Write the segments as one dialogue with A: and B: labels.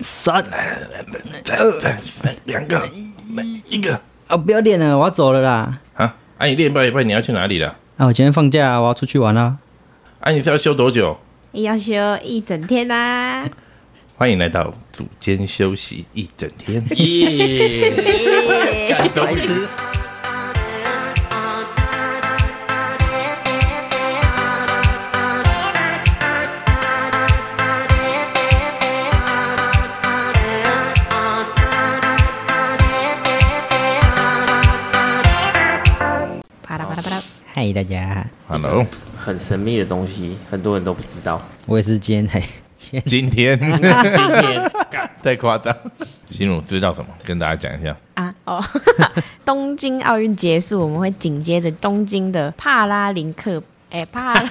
A: 三，
B: 再二、再三、两个、一个
A: 啊，呃不要练了，我要走了啦。
B: 啊！啊，你练半一半你要去哪里了？
A: 啊，我今天放假，我要出去玩啦。
B: 啊，你是要休多久？
C: 要休一整天啊啦、
B: 欢迎来到组间休息一整天。
D: 耶！白痴，
C: 啪啦啪啦啪啦，
A: 嗨，大家，
B: Hello，
D: 很神秘的东西，很多人都不知道。
A: 我也是今天才， 今天
B: 今 天
D: 今天
B: 太夸张。心如知道什么？跟大家讲一下。
C: 啊哦， 东京奥运结束，我们会紧接着东京的帕拉林克，哎、帕拉，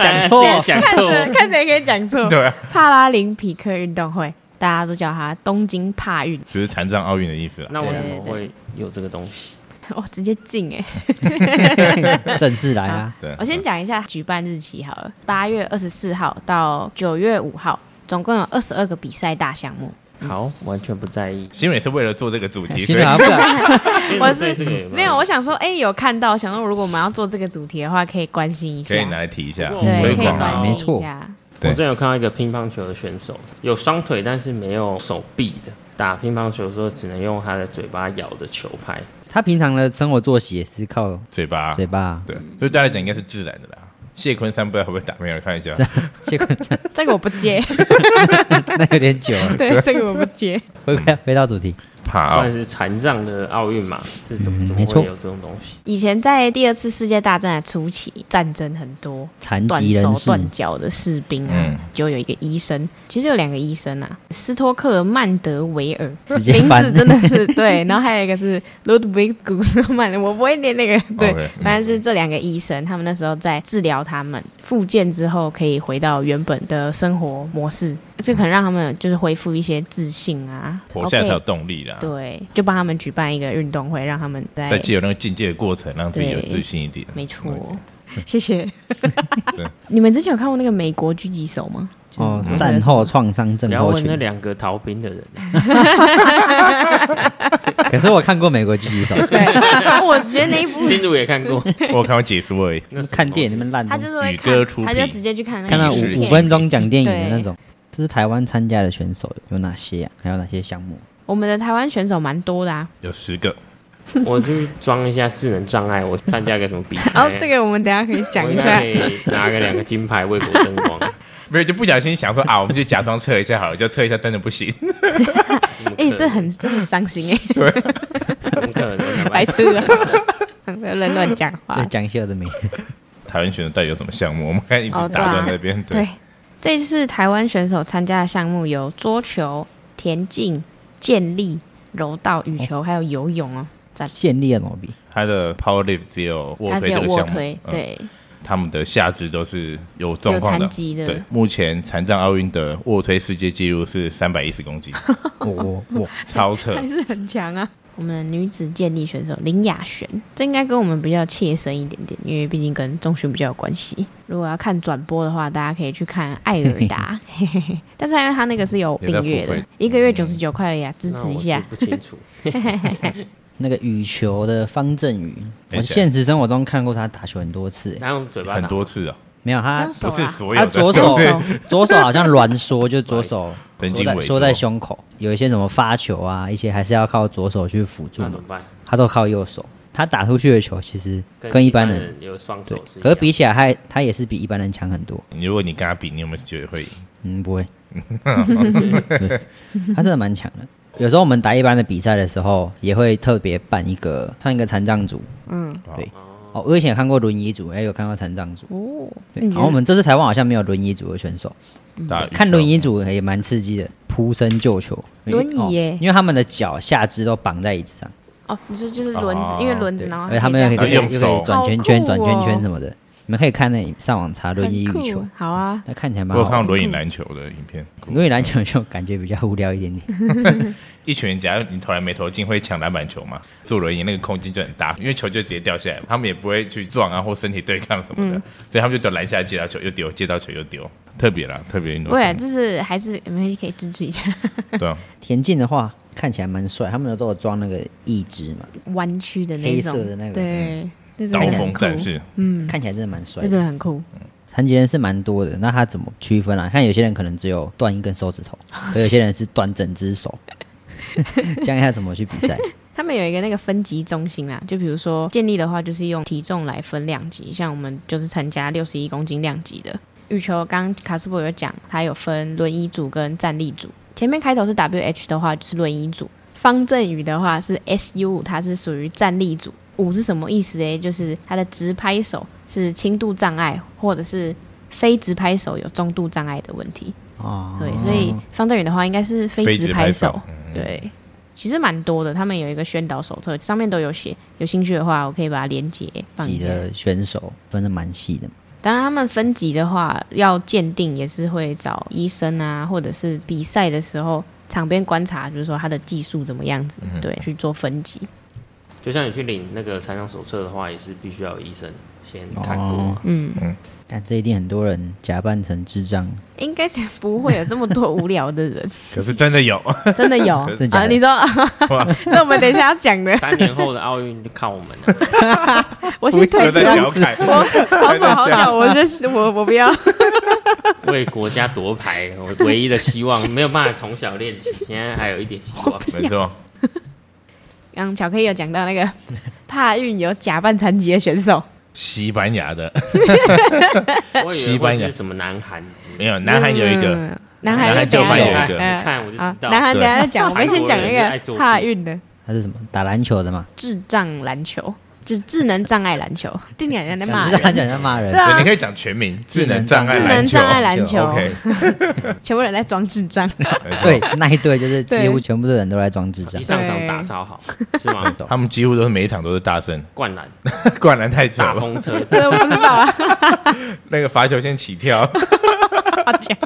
D: 讲
A: 错
D: 讲
C: 哎看
D: 错，
C: 着看谁可以讲错，
B: 对啊，
C: 帕拉林匹克运动会，大家都叫它东京帕运，
B: 就是残障奥运的意思啦。
D: 那为什么会有这个东西？
C: 哇，直接进哎、
A: 正式来啊啦。
B: 对，啊
C: 我先讲一下举办日期好了，八月二十四号到九月五号，总共有二十二个比赛大项目。
D: 好，完全不在意。
B: 新蕊是为了做这个主题，
A: 新
B: 所
A: 的
B: 以
A: 啊，不然
C: 我
D: 对
C: 是
D: 这个有
C: 没有，我想说，哎、有看到，想说如果我们要做这个主题的话，可以关心一下
B: 可，以拿来提一下
D: 对
C: 对，
B: 推
C: 可以
B: 广
C: 关
B: 啊
C: 心
A: 没。
C: 一
A: 错
C: 下。
B: 对
D: 我之前有看到一个乒乓球的选手，有双腿但是没有手臂的，打乒乓球的时候只能用他的嘴巴咬着球拍。
A: 他平常的生活作息也是靠
B: 嘴巴，
A: 嘴巴。
B: 对，对大家讲应该是自然的啦。谢坤山不知道会不会打，没有开玩笑。
A: 结果这
C: 这个我不接，
A: 那有点久 了，
C: 对，这个我不接。
A: 回
B: 嗯
A: 归回到主题，
B: 怕
D: 算
B: 哦，
D: 是残障的奥运嘛，是怎么怎么
A: 没错
D: 会有这种东西？
C: 以前在第二次世界大战的初期，战争很多，
A: 残
C: 断
A: 疾人
C: 手
A: 士
C: 断脚的士兵啊，
B: 嗯
C: 就有一个医生，其实有两个医生啊，斯托克曼德维尔，
A: 直接
C: 名字
A: 翻
C: 真的 是对，然后还有一个是 Ludwig g u s m a n 我不会念那 个，对
B: OK，嗯
C: 反正是这两个医生，他们那时候在治疗他们复健之后，可以回到原本的生活模式，就可能让他们就是恢复一些自信啊，
B: 活下来才有
C: OK，
B: 动力啦。
C: 对，就帮他们举办一个运动会，让他们
B: 在
C: 在
B: 借由那个境界的过程，让自己有
C: 哎对
B: 自信一点。
C: 没错， 谢谢
B: 对。
C: 你们之前有看过那个美国狙击手吗？
A: 哦，
B: 嗯
A: 战后创伤症
D: 不要
A: 候
D: 问那
A: 群。
D: 两个逃兵的人，
A: 可是我看过美国狙击手，
C: 对，我觉得那一部
D: 新竹也看过，
B: 我有看过解说而已，
D: 那什么
A: 看电影那么烂，
C: 他就是会
B: 宇
C: 看
B: 哥出
C: 他就
B: 品
C: 直接去看那个
A: 看到
B: 影视
A: 五
C: 片
A: 五分钟讲电影的那种。这是台湾参加的选手有哪些啊？还有哪些项目？
C: 我们的台湾选手蛮多的啊。
B: 有十个，
D: 我去装一下智能障碍，我参加一个什么比 赛？
C: 哦，这个我们等一下可以讲一下
D: 我。应该可以拿个两个金牌为国争 光。
B: 没有就不小心想说啊，我们就假装测一下好了，就测一下，真的不 行。
C: 哎、这很这很伤心哎、
D: 怎么可能？
C: 白痴啊！ 不要乱乱讲话
B: 啊
A: 这。讲一些有的没的。
B: 台湾选手到底有什么项目？我们刚才一直
C: 哦对啊
B: 打断那边，
C: 对，这次台湾选手参加的项目有桌球、田径、健力、柔道、羽球，还有游泳哦。
A: 建立了毛病，
B: 他的 power lift 只有卧
C: 他
B: 推
C: 只
B: 这
C: 有
B: 个
C: 卧
B: 项目，
C: 推，
B: 嗯，
C: 对，
B: 他们的下肢都是有状
C: 有
B: 况的
C: 残。疾的。
B: 对，目前残障奥运的卧推世界纪录是三百一十 公斤，
A: 我我我
B: 超扯。
C: 是很强啊。我们的女子健力选手林雅璇，这应该跟我们比较切身一点点，因为毕竟跟中学比较有关系。如果要看转播的话，大家可以去看艾尔达， 嘿嘿嘿但是因为他那个是有订
B: 有
C: 阅
B: 在付
C: 的
B: 费，嗯
C: 一个月九十九块而已啊，支
D: 那
C: 持
D: 我
C: 一
D: 是
C: 下。
D: 不清楚，
A: 那个羽球的方振宇，
B: 等
A: 我
B: 一下
A: 现实生活中看过他打球很多次，欸
D: 他用嘴巴
B: 很
D: 打
B: 多 次啊，
A: 没有他
C: 用，手
B: 不是
C: 啊，
B: 所有
A: 他
B: 的，
A: 左
B: 都
A: 手
B: 是
C: 手
A: 左手好像挛缩，就左手
B: 神
A: 缩
B: 经
A: 在
B: 萎
A: 缩在
B: 缩
A: 胸口，有一些什么发球啊，一些还是要靠左手去辅助
D: 那
A: 嘛
D: 怎，么办？
A: 他都靠右手，他打出去的球其实跟
D: 一
A: 一般
D: 人
A: 人。
D: 有双
A: 对
D: 手，是一样的，
A: 可是比起来他他也是比一般人强很多，
B: 如果你跟他比，你有没有觉得会赢？
A: 嗯，不会，对他真的蛮强的。有时候我们打一般的比赛的时候，也会特别办一个算一个残障组，
C: 嗯，
A: 对，哦，我以前有看过轮椅组，哎，有看过残障组，
C: 哦，
A: 对，然后我们这次台湾好像没有轮椅组的选手，
B: 打羽
A: 看轮
B: 球
A: 椅组也蛮刺激的，扑身救球，
C: 轮椅耶
A: 哦因为他们的脚下肢都绑在椅子上，
C: 哦，你说就是轮子
B: 哦，
C: 因为轮子，
A: 对，
C: 然后
A: 而且他们又
B: 啊
C: 可以
A: 可以
C: 这样
B: 用
A: 又可
B: 手
A: 以转圈圈、
C: 好
A: 转
C: 酷哦
A: 圈圈什么的，你们可以看那上网查轮椅
C: 很
A: 羽
C: 酷
A: 球，，
C: 好啊，
A: 那看起来
B: 我
A: 蛮
B: 有
A: 好
B: 看到
A: 玩。
B: 轮椅篮球的影片，
A: 因为篮球就感觉比较无聊一点点，
B: 一群人，假如你投篮没投进，会抢篮板球嘛？坐轮椅那个空间就很大，因为球就直接掉下来，他们也不会去撞啊或身体对抗什么的，
C: 嗯
B: 所以他们就走篮下来接到球又丢，接到球又丢，特别啦，特别运动
C: 未来
B: 项
C: 这是还是没关系，可以支持一下
B: 目。对啊，
A: 田径的话看起来蛮帅，他们都有装那个义肢嘛，
C: 弯曲的那种，
A: 黑色的那个嗯
C: 对，那真的
B: 刀
C: 很
B: 锋
C: 酷
B: 战，士，
C: 嗯，
A: 看起来真的蛮帅
C: 那
A: 的。
C: 真的很酷，
A: 残疾人是蛮多的，那他怎么区分啊？看有些人可能只有断一根手 指头，可有些人是断整只手，这样要怎么去比 赛？
C: 他们有一个那个分级中心啦，就比如说建立的话，就是用体重来分量级，像我们就是参加六十一公斤量级的羽球。刚刚卡斯伯有讲，它有分轮椅组跟站立组。前面开头是 WH 的话就是轮椅组，方振宇的话是 SU 五，它是属于站立组。五是什么意思诶？就是他的直拍手是轻度障碍，或者是非直拍手有中度障碍的问题。
A: 哦，
C: 对，所以方振宇的话应该是非
B: 非
C: 直
B: 直
C: 拍
B: 拍
C: 手
B: 手。嗯
A: 嗯
C: 对，其实蛮多的，他们有一个宣导手册，上面都有写。有兴趣的话，我可以把它连接放
A: 几
C: 进来。
A: 的选手分的蛮细的嘛。
C: 当然，他们分级的话，要鉴定也是会找医生啊，或者是比赛的时候场边观察，比如说他的技术怎么样子，
A: 嗯
C: 对，去做分级。
D: 就像你去领那个残障手册的话，也是必须要有医生先看过啊
A: 哦
D: 嘛。
C: 嗯，
A: 但这一定很多人假扮成智障，
C: 应该不会有这么多无聊 的人，
B: 可是真的有，
C: 真的有
A: 真的假
C: 啊？
A: 的
C: 你说， 那我们等一下要讲的，
D: 三年后的奥运就靠我们啊 了，
C: 我先
B: 又
C: 退出
B: 在。调侃，
C: 我好吵好吵，我就是我我不要。
D: 为国家夺牌，我唯一的希望没有办法从小练起，现在还有一点希望。
B: 没错，
C: 刚巧克力有讲到那 个帕运有假扮残疾的选手，
B: 西班牙的
D: 我以为
B: 西班
D: 会
B: 牙
D: 是什么南韩之
B: 没有，南韩有一个，
C: 嗯，南韩
B: 南韩
C: 等
B: 就
C: 一下
B: 班有一
C: 讲
B: 个
C: 嗯
D: 你看我就
C: 好
D: 知道。
C: 南韩等一下再讲，我们
D: 韩国
C: 先讲
D: 人就爱
C: 那
D: 作
C: 个
D: 弊
C: 帕运的
A: 他是什么打篮球的嘛？
C: 智障篮球，就是智能障碍篮球，定两人在骂
A: 想知道他
C: 人，
A: 讲在骂人
C: 对，啊
B: 对，你可以讲全名，智能障碍
C: 智
B: 篮
C: 能
B: 球
C: 障碍篮
A: 球
C: 球，
B: ，OK，
C: 全部人在装智障，
B: 没错
A: 哦对， 那一队就是几乎
C: 对
A: 全部的人都在装智障
D: 一。上场打超好，是吗？
B: 他们几乎都是每一场都是大胜，
D: 灌篮、
B: 灌篮太扯
D: 大
B: 了，
D: 风车，
C: 这我不知 道啊，
B: 那个罚球线起跳，
C: 好讲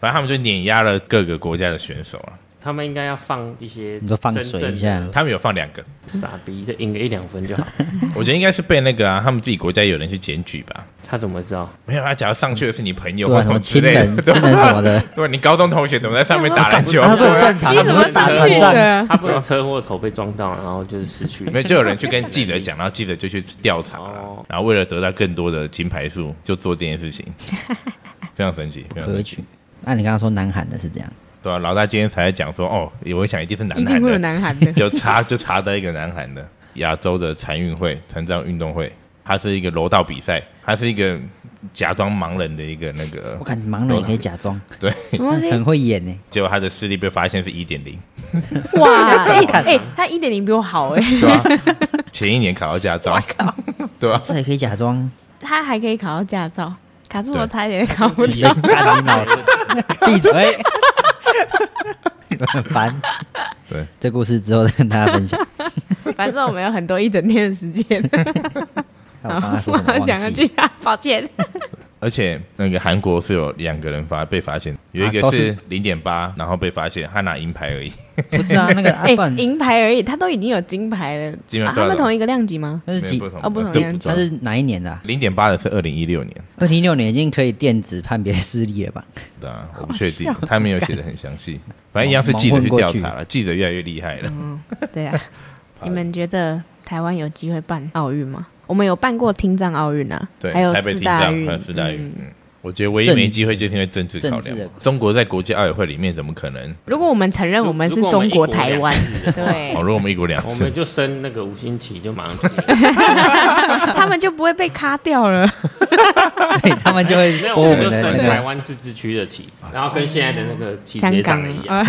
B: 反正他们就碾压了各个国家的选手了。
D: 他们应该要放一些
A: 你说放水
D: 真正
A: 一下
D: 的
B: 他们有放两个，
D: 傻逼，就赢个一两 分就好。
B: 我觉得应该是被那个啊，他们自己国家有人去检举吧。
D: 他怎么会知道？
B: 没有啊，假如上去的是你朋友
A: 对
B: 或
A: 啊，
B: 什
A: 什
B: 么
A: 么
B: 之
A: 亲
B: 类
A: 人、
B: 的，
A: 亲人什么的，
B: 对，你高中同学怎么在上面打篮球？
A: 他不
B: 对
A: 能
B: 啊
A: 正常，
C: 你
A: 他
C: 怎
A: 不
C: 么
A: 是
C: 知
A: 打
C: 道
A: 残障。
C: 的？
D: 他不能车祸头被撞到，然后就是失去。
B: 没有就有人去跟记者讲，然后记者就去调查了
D: 哦，
B: 然后为了得到更多的金牌数，就做这件事情，非常神奇，非常
A: 可
B: 神奇
A: 取。。那你刚刚说南韩的是这样，
B: 对啊，老大今天才在讲说，哦，我想一定是南
C: 一定
B: 韩
C: 会有
B: 的，，
C: 南韩的
B: 就查就查到一个南韩的亚洲的残运会残障运动会，它是一个柔道比赛，它是一个假装盲人的一个那个
A: 我，感觉盲人也可以假装，
B: 对，
C: 什么东西？
A: 很会演呢。
B: 结果他的视力被发现是一点零，
C: 哇，哎哎，他一点零比我好哎，
B: 对吧、前一年考到驾照， 对啊吧、
A: 这也可以假装，
C: 他还可以考到驾照，卡住我
B: 对
C: 差一点考不了。
D: 一样
A: 干你老师，闭嘴！ 你们很烦。
B: 对，
A: 这故事之后再跟大家分 享。
C: 反正我们有很多一整天的时间。
A: 看我刚刚
C: 好，
A: 说什么
C: 我
A: 忘
C: 讲下
A: 记
C: 去啊，抱歉。
B: 而且那个韩国是有两个人发被发现，有一
A: 啊
B: 个
A: 都
B: 是
A: 是
B: 零点八，然后被发现，他拿银牌而已，
A: 不是啊，那个阿
C: 哎，
A: 范，
C: 银牌而已，他都已经有金牌了。
B: 基本
C: 啊
B: 上
C: 他们同一个量级吗？
A: 那是几？
C: 哦不同样
A: 那是哪一年的啊？
B: 零点八的是二零一六年
A: 二零一六年已经可以电子判别视力了 吧？
B: 的、啊，我不
C: 好
B: 确定
C: 笑，
B: 他没有写的很详细，反正一样是记者去调查了，记者越来越厉害了。
C: 对啊。你们觉得台湾有机会办奥运吗？我们有办过听障奥运啊，
B: 对，
C: 还有
B: 台北
C: 四
B: 停
C: 大
B: 障
C: 运
B: 还有，四大运。
C: 嗯
B: 嗯我觉得唯一
A: 政
B: 没机会就是因为政治考
A: 政
B: 量
A: 治的。
B: 中国在国际奥委会里面怎么可 能？
C: 如果我们承认我们是中国台湾，对
B: 好，，如果我们一国两
D: 我
B: 制
D: 们，就升那个五星旗就马上去。
C: 他们就不会被卡掉了。
A: 对他们就会
D: 没有，
A: 播
D: 我
A: 我
D: 们
A: 们
D: 就
A: 的
D: 升
A: 那
D: 台
A: 个
D: 湾自治区的旗子，然后跟现在的那个旗子
C: 香
D: 也
C: 港
D: 长得一样。
C: 啊，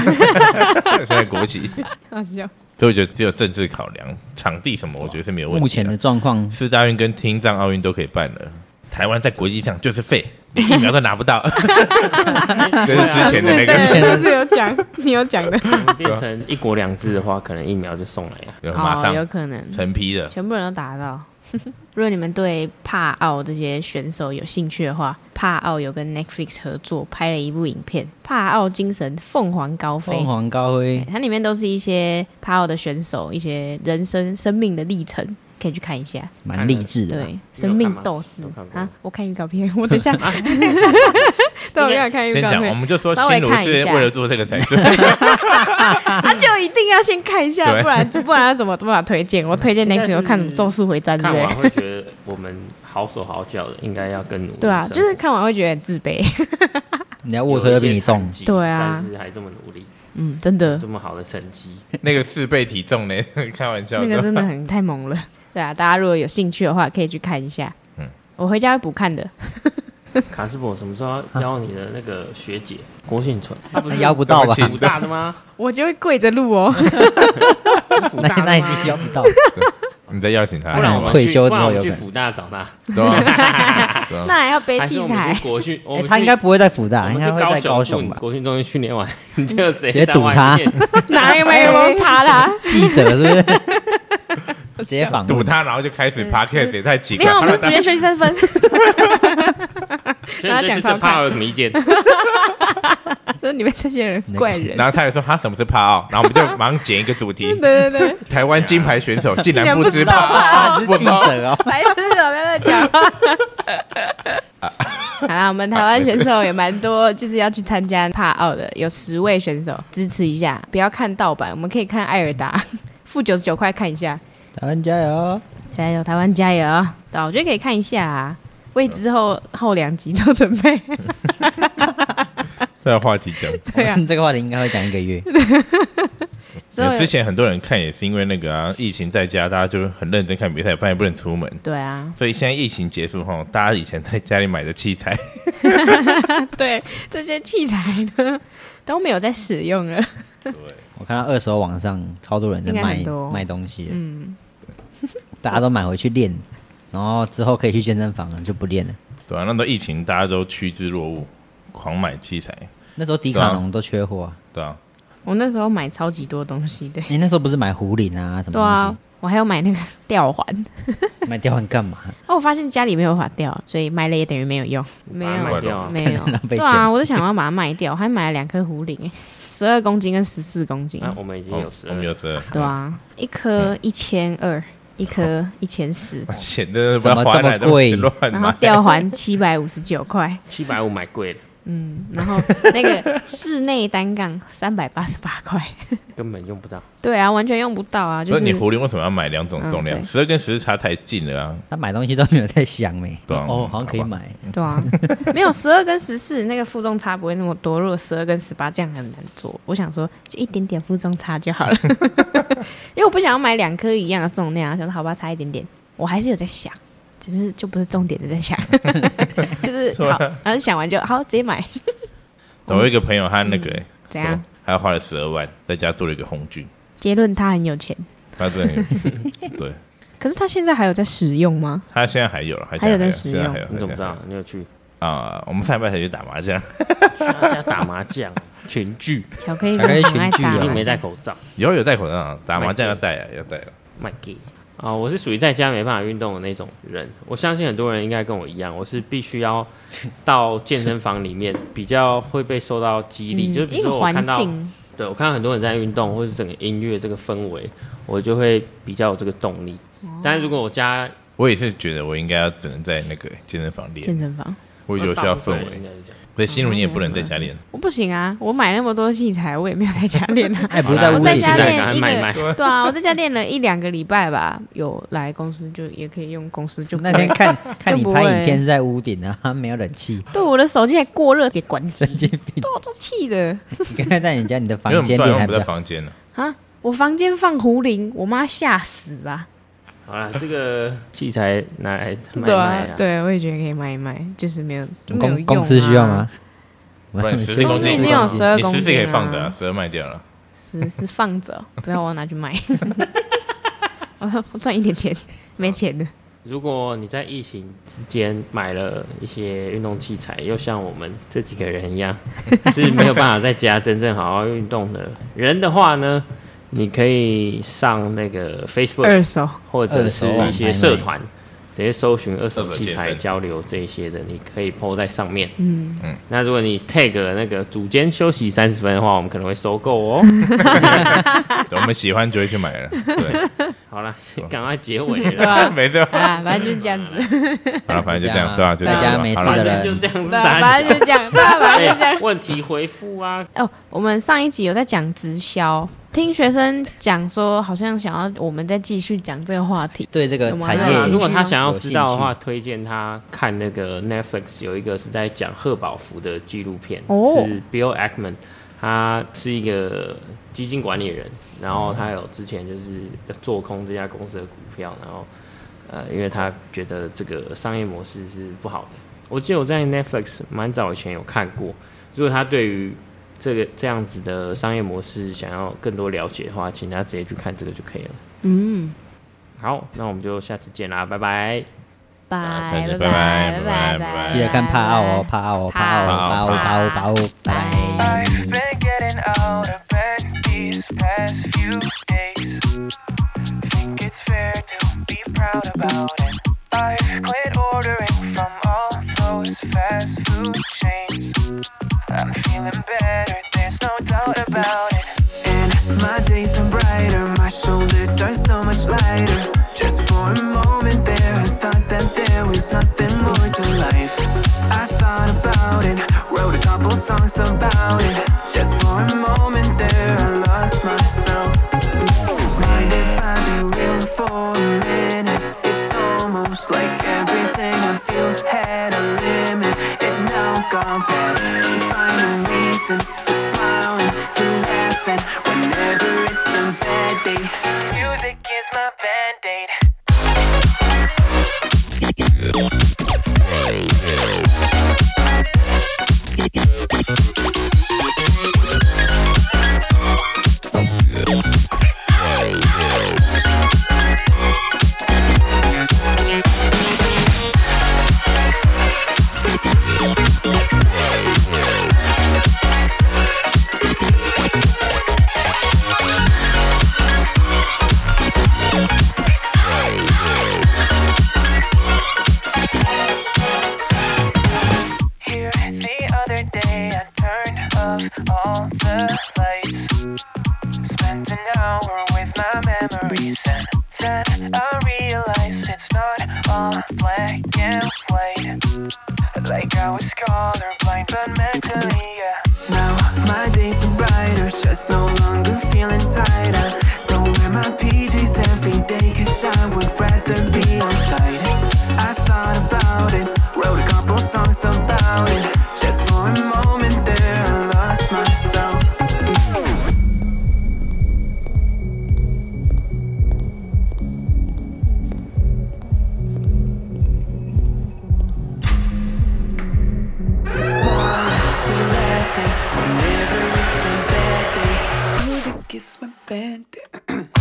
B: 现在 国旗，
C: 好笑。
B: 所以我觉得只有政治考量，场地什么，我觉得是没有问题。
A: 目前的状况，
B: 四大运跟听障奥运都可以办了，台湾在国际上就是废，连疫苗都拿不 到，这是之前的那个
C: 对，上次有讲，你有讲的，
D: 我们变成一国两制的话，可能疫苗就送来了。
B: 对，马
C: 哦，有
B: 上
C: 可能
B: 成批的，
C: 全部人都打得到。 如果你们对帕奥这些选手有兴趣的话，帕奥有跟 Netflix 合作拍了一部影片《帕奥精神凤凰高飞》
A: 凤凰高
C: 对
A: 飞，
C: 它里面都是一些帕奥的选手一些人生生命的历程，可以去看一
D: 哎
C: 下。
A: 蛮励志的啊。
C: 对，生命
D: 看吗
C: 斗士
D: 有看过
C: 啊！我看预告片， 我等一 下，
D: 啊
C: 但我要看预
B: 先
C: 告
B: 讲，我
C: 片，
B: 们就说
C: 哎稍微
B: 心如
C: 看一
B: 是
C: 下
B: 为了做这个才 对。
C: 啊，就一定要先看一下，
B: 对
C: 不然不然要怎么怎么推荐？我推荐
D: 应该
C: Netflix
D: 是
C: 我看什么《咒术回战》之
D: 看
C: 类
D: 完
C: 的，
D: 会觉得我们好手好脚的，应该要更努力生活。
C: 对啊，就是看完会觉得很自卑，
A: 你要卧推都比你
D: 有
A: 重
D: 一些，残疾
C: 对啊
D: 但是还这么努力，
C: 嗯，真的，
D: 这么好的成绩，
B: 那个四倍体重呢？ 开玩笑
C: 那
B: 的，
C: 个真的很太猛了。对啊，大家如果有兴趣的话，可以去看一下。
B: 嗯
C: 我回家会补看的。
D: 卡斯伯什么时候要邀你的那个学姐郭幸存？她
C: 啊
D: 不是
A: 邀不到吧？
B: 对不
D: 武大的吗？
C: 我就会跪着录哦，
D: 福
A: 那
D: 大的
A: 那一
D: 吗
A: 定要不到。
B: 你再邀请他，
D: 不然我
B: 好
D: 们
B: 吗
A: 退休之
D: 不
A: 后
D: 然我们
A: 有
D: 去
A: 可能
D: 福大找 他，
B: 对啊对啊
C: 那还要背
D: 还是
C: 器
D: 我们
C: 材
D: 去。国训，我
A: 欸
D: 们
A: 他应该不会在福大，
D: 我
A: 应
D: 们
A: 该
D: 去
A: 会在高
D: 雄
A: 雄吧？嗯
D: 国训中心训练完， 你就直
A: 接
D: 接
A: 堵他
D: 他，
C: 拿个麦克风插他。
A: 记者是 不是？直接访
B: 堵
A: 问，
B: 他，然后就开始 podcast 也太奇
C: 你
B: 怪
C: 好，我们
B: 了。
C: 是直接休息三分，
D: 所以
C: 然后
D: 你
C: 讲
D: 对
C: 超快
D: 这怕有什么意见？
C: 说你们这些人怪人。，
B: 然后他也说他什么是帕奥，然后我们就忙剪一个主题
C: 对对对，
B: 台湾金牌选 手竟
C: 竟然
B: 然
C: 不
B: 不
C: 知
B: 知
C: 道
B: 帕
A: 啊
B: 奥，
A: 你是记者哦。
C: 白痴哦，不要乱讲话。好啦，我们台湾选手也蛮多，就是要去参加帕奥的，有十位选手支持一下，不要看盗版，我们可以看艾尔达，付九十九块看一下，
A: 台湾加 油！
C: 加油，台湾加油！对啊，我觉得可以看一下啊，为之后后两集做准备。
B: 这个话题讲。
C: 对啊
A: 我们 这个话题应该会讲一个 月。
C: 之后有
B: 之前很多人看也是因为那个啊，疫情在家，大家就很认真看比赛，发现不能出门，
C: 对啊，
B: 所以现在疫情结束后，大家以前在家里买的器材，
C: 对这些器材呢都没有在使用了。
A: 我看到二手网上超多人在
C: 应该
A: 卖
C: 很多
A: 卖东西，
C: 嗯，
A: 大家都买回去练，然后之后可以去健身房了，就不练了。
B: 对啊，那时候疫情大家都趋之若鹜，狂买器材，
A: 那时候迪卡侬都缺货啊！
B: 对啊，
C: 我那时候买超级多东西的。
D: 啊
A: 你、那时候不是买壶铃啊什么
C: 对
A: 东
C: 啊，我还要买那个吊环。
A: 西？买吊环干嘛？
C: 哦，我发现家里没有法掉，所以卖了也等于没有用。 没
D: 把它
C: 有，
D: 卖掉啊，
C: 没有
A: 浪，费
C: 对
A: 钱
C: 啊，我就想要把它卖掉，我还买了两颗狐狸，十二公斤跟十四公斤，
D: 那我们已经有十
B: 哦我们
D: 二，
B: 有十二，
C: 对啊，一颗一千二，一颗一千四，
B: 钱真的不知道花
A: 怎
B: 哪
A: 么这么贵
B: 乱
C: 然后
B: 买，
C: 吊环七百五十九块，
D: 七百五买贵了，
C: 嗯，然后那个室内单杠三百八十八块，
D: 根本用不到。
C: 对啊，完全用不到啊，就
B: 不
C: 是
B: 是你狐狸为什么要买两种重
C: 嗯
B: 量？
C: 对
B: 十二跟十四差太近了啊！
A: 他买东西都没有在想没、
B: 对啊
A: 哦，好像可以买。
C: 对啊，没有十二跟十四那个负重差不会那么多，如果十二跟十八这样很难做。我想说就一点点负重差就好了， 因为我不想要买两颗一样的重量，想说好吧，差一点点，我还是有在想，只是就不是重点的在想， 就是
B: 啊
C: 好，然后想完就好直接买，
B: 我有一个朋友，他那个欸
C: 怎样？
B: 说他花了十二万在家做了一个红菌，
C: 结论他很有钱，
B: 他真的很 对
C: 可是他现在还有在使用吗？
B: 他现在还有了，他
C: 还有在使
B: 现在
C: 用
B: 还有，
D: 你怎么知
B: 他现
D: 道
B: 在？
D: 你有去
B: 还有啊？我们上礼拜才去打麻将，
D: 大家打麻将群聚，
C: 巧克力
A: 巧克力
C: 很爱
A: 群聚
C: 打
A: 啊
D: 一
C: 麻
D: 定没
C: 将，
D: 戴口罩，
B: 以后有戴口罩啊，打麻
D: 买
B: 将
D: 对
B: 要戴啊，要戴啊。
D: 卖给啊！我是属于在家没办法运动的那种人，我相信很多人应该跟我一样，我是必须 要到健身房里面比较会被受到激励，就是
C: 嗯
D: 比
C: 一
D: 如
C: 个
D: 说我
C: 环
D: 看到
C: 境，
D: 对我看到很多人在运动，或者整个音乐这个氛围，我就会比较有这个动力。
C: 哦
D: 但是如果我家
B: 我也是觉得我应该要只能在那个健身房练，
C: 健哦身房。
B: 我有需要氛
D: 大部分人
B: 围
D: 应。该是这样
B: 对，心如你也不能在家练，
C: 我不行啊！我买那么多器材，我也没有在家练啊。
A: 哎、不是
D: 好
A: 在屋
D: 啦
C: 我
A: 里
C: 在家
D: 现在
C: 练
D: 赶快
C: 一个
D: 卖一卖
C: 对啊，我在家练了一两个礼拜吧，有来公司就也可以用公司就
A: 那天看看你
C: 就不
A: 拍
C: 会
A: 影片是在屋顶啊，没有冷气，
C: 对我的手机还过热给关机
A: 神，经病！
C: 对我这气的
A: 你刚才在你家你的
B: 因为
C: 嗯
A: 房
B: 我们
A: 间
B: 对啊
A: 练
B: 我
A: 还
B: 们
A: 比
B: 不在
A: 较，
B: 房间呢。
C: 啊！我房间放胡铃，我妈吓死吧？
D: 好啦，这个器材拿来卖
C: 对
D: 卖
C: 啊
D: 啦，。
C: 对，我也觉得可以卖一卖，就是没有就没
A: 公
C: 有用、啊、
A: 公司需要吗？？
B: 不然十四
A: 公
B: 公
A: 司
B: 斤，
A: 已经
C: 有12
B: 你十四可以
C: 公斤啊
B: 放的啊，十二卖掉了。
C: 是是放 着，不要我要拿去卖，我我赚一点钱，没钱了。
D: 如果你在疫情之间买了一些运动器材，又像我们这几个人一样， 是没有办法在家真正好好运动的人的话呢，你可以上那个 Facebook
C: 二手
D: 或者是一些社团，直接搜寻二手
B: 二手
D: 器
B: 健
D: 材
B: 身
D: 交流这一些的，你可以 PO 在上面。
C: 嗯，
D: 那如果你 tag 那个组间休息三十分的话，我们可能会收购 哦。
B: 我们喜欢就会去买了。 对，
D: 好啦， 赶快结尾
C: 对
D: 了。
C: 啊
B: 没错。
C: 啊，反正就是这样子，
B: 好了，反正就这样，
A: 就这样啊
B: 对啊，就这样
A: 大
B: 吧。
A: 家没事
B: 好
A: 这个
B: 了
D: 反
A: 人
D: 正就这样子
C: 对
D: 啊，
C: 反正就这样，对啊反正就这样
D: 哎。问题回复啊，
C: 哦，我们上一集有在讲直销，听学生讲说，好像想要我们再继续讲这个话题。
A: 对这个
C: 有吗
A: 产
C: 对啊
A: 业
D: 如
A: 有
D: 果
A: 兴趣
D: 他想要知道的话，推荐他看那个 Netflix 有一个是在讲贺宝福的纪录片，
C: 哦
D: 是 Bill Ackman，他是一个基金管理人，然后他有之前就是做空这家公司的股票，然后呃，因为他觉得这个商业模式是不好的。我记得我在 Netflix 蛮早以前有看过，如果他对于这个这样子的商业模式想要更多了解的话，请他直接去看这个就可以了。
C: 嗯，
D: 好，那我们就下次见啦，拜拜。
B: 啊
C: 拜
B: 再见
C: 拜
B: 拜
C: 拜
B: 拜
C: 拜
B: 拜
C: 拜，
A: 记得看帕奥哦，帕奥哦，帕奥哦，帕奥哦，帕奥哦，
C: 拜
A: 拜。
E: I've been getting out of bed these past few days. Think it's fair to be proud about it. I've quit ordering from all those fast food chains. I'm feeling better, there's no doubt about it. And my days are brighter, my shoulders are so much lighter. Just for a moment there, I thought that there was nothing more to life. I thought about it, wrote a couple songs about it. Just for a moment there, I lost myself. Mind if I be real for a minute? It's almost like everything I feel had a limit. It now gone past. Finding reasons to smile and to laugh at whenever it's a bad day. Music is my band-aid. Here the other day I turned off all the lights. Spent an hour with my memories and then I realized it's not all black and white. Like I was colorblind, but mentally, yeah. Now my days are brighter, just no longer feeling tired. I don't wear my PJs every day, cause I would rather be on site. I thought about it, wrote a couple songs about it. Just for a moment there, I lost myself. Music is my band.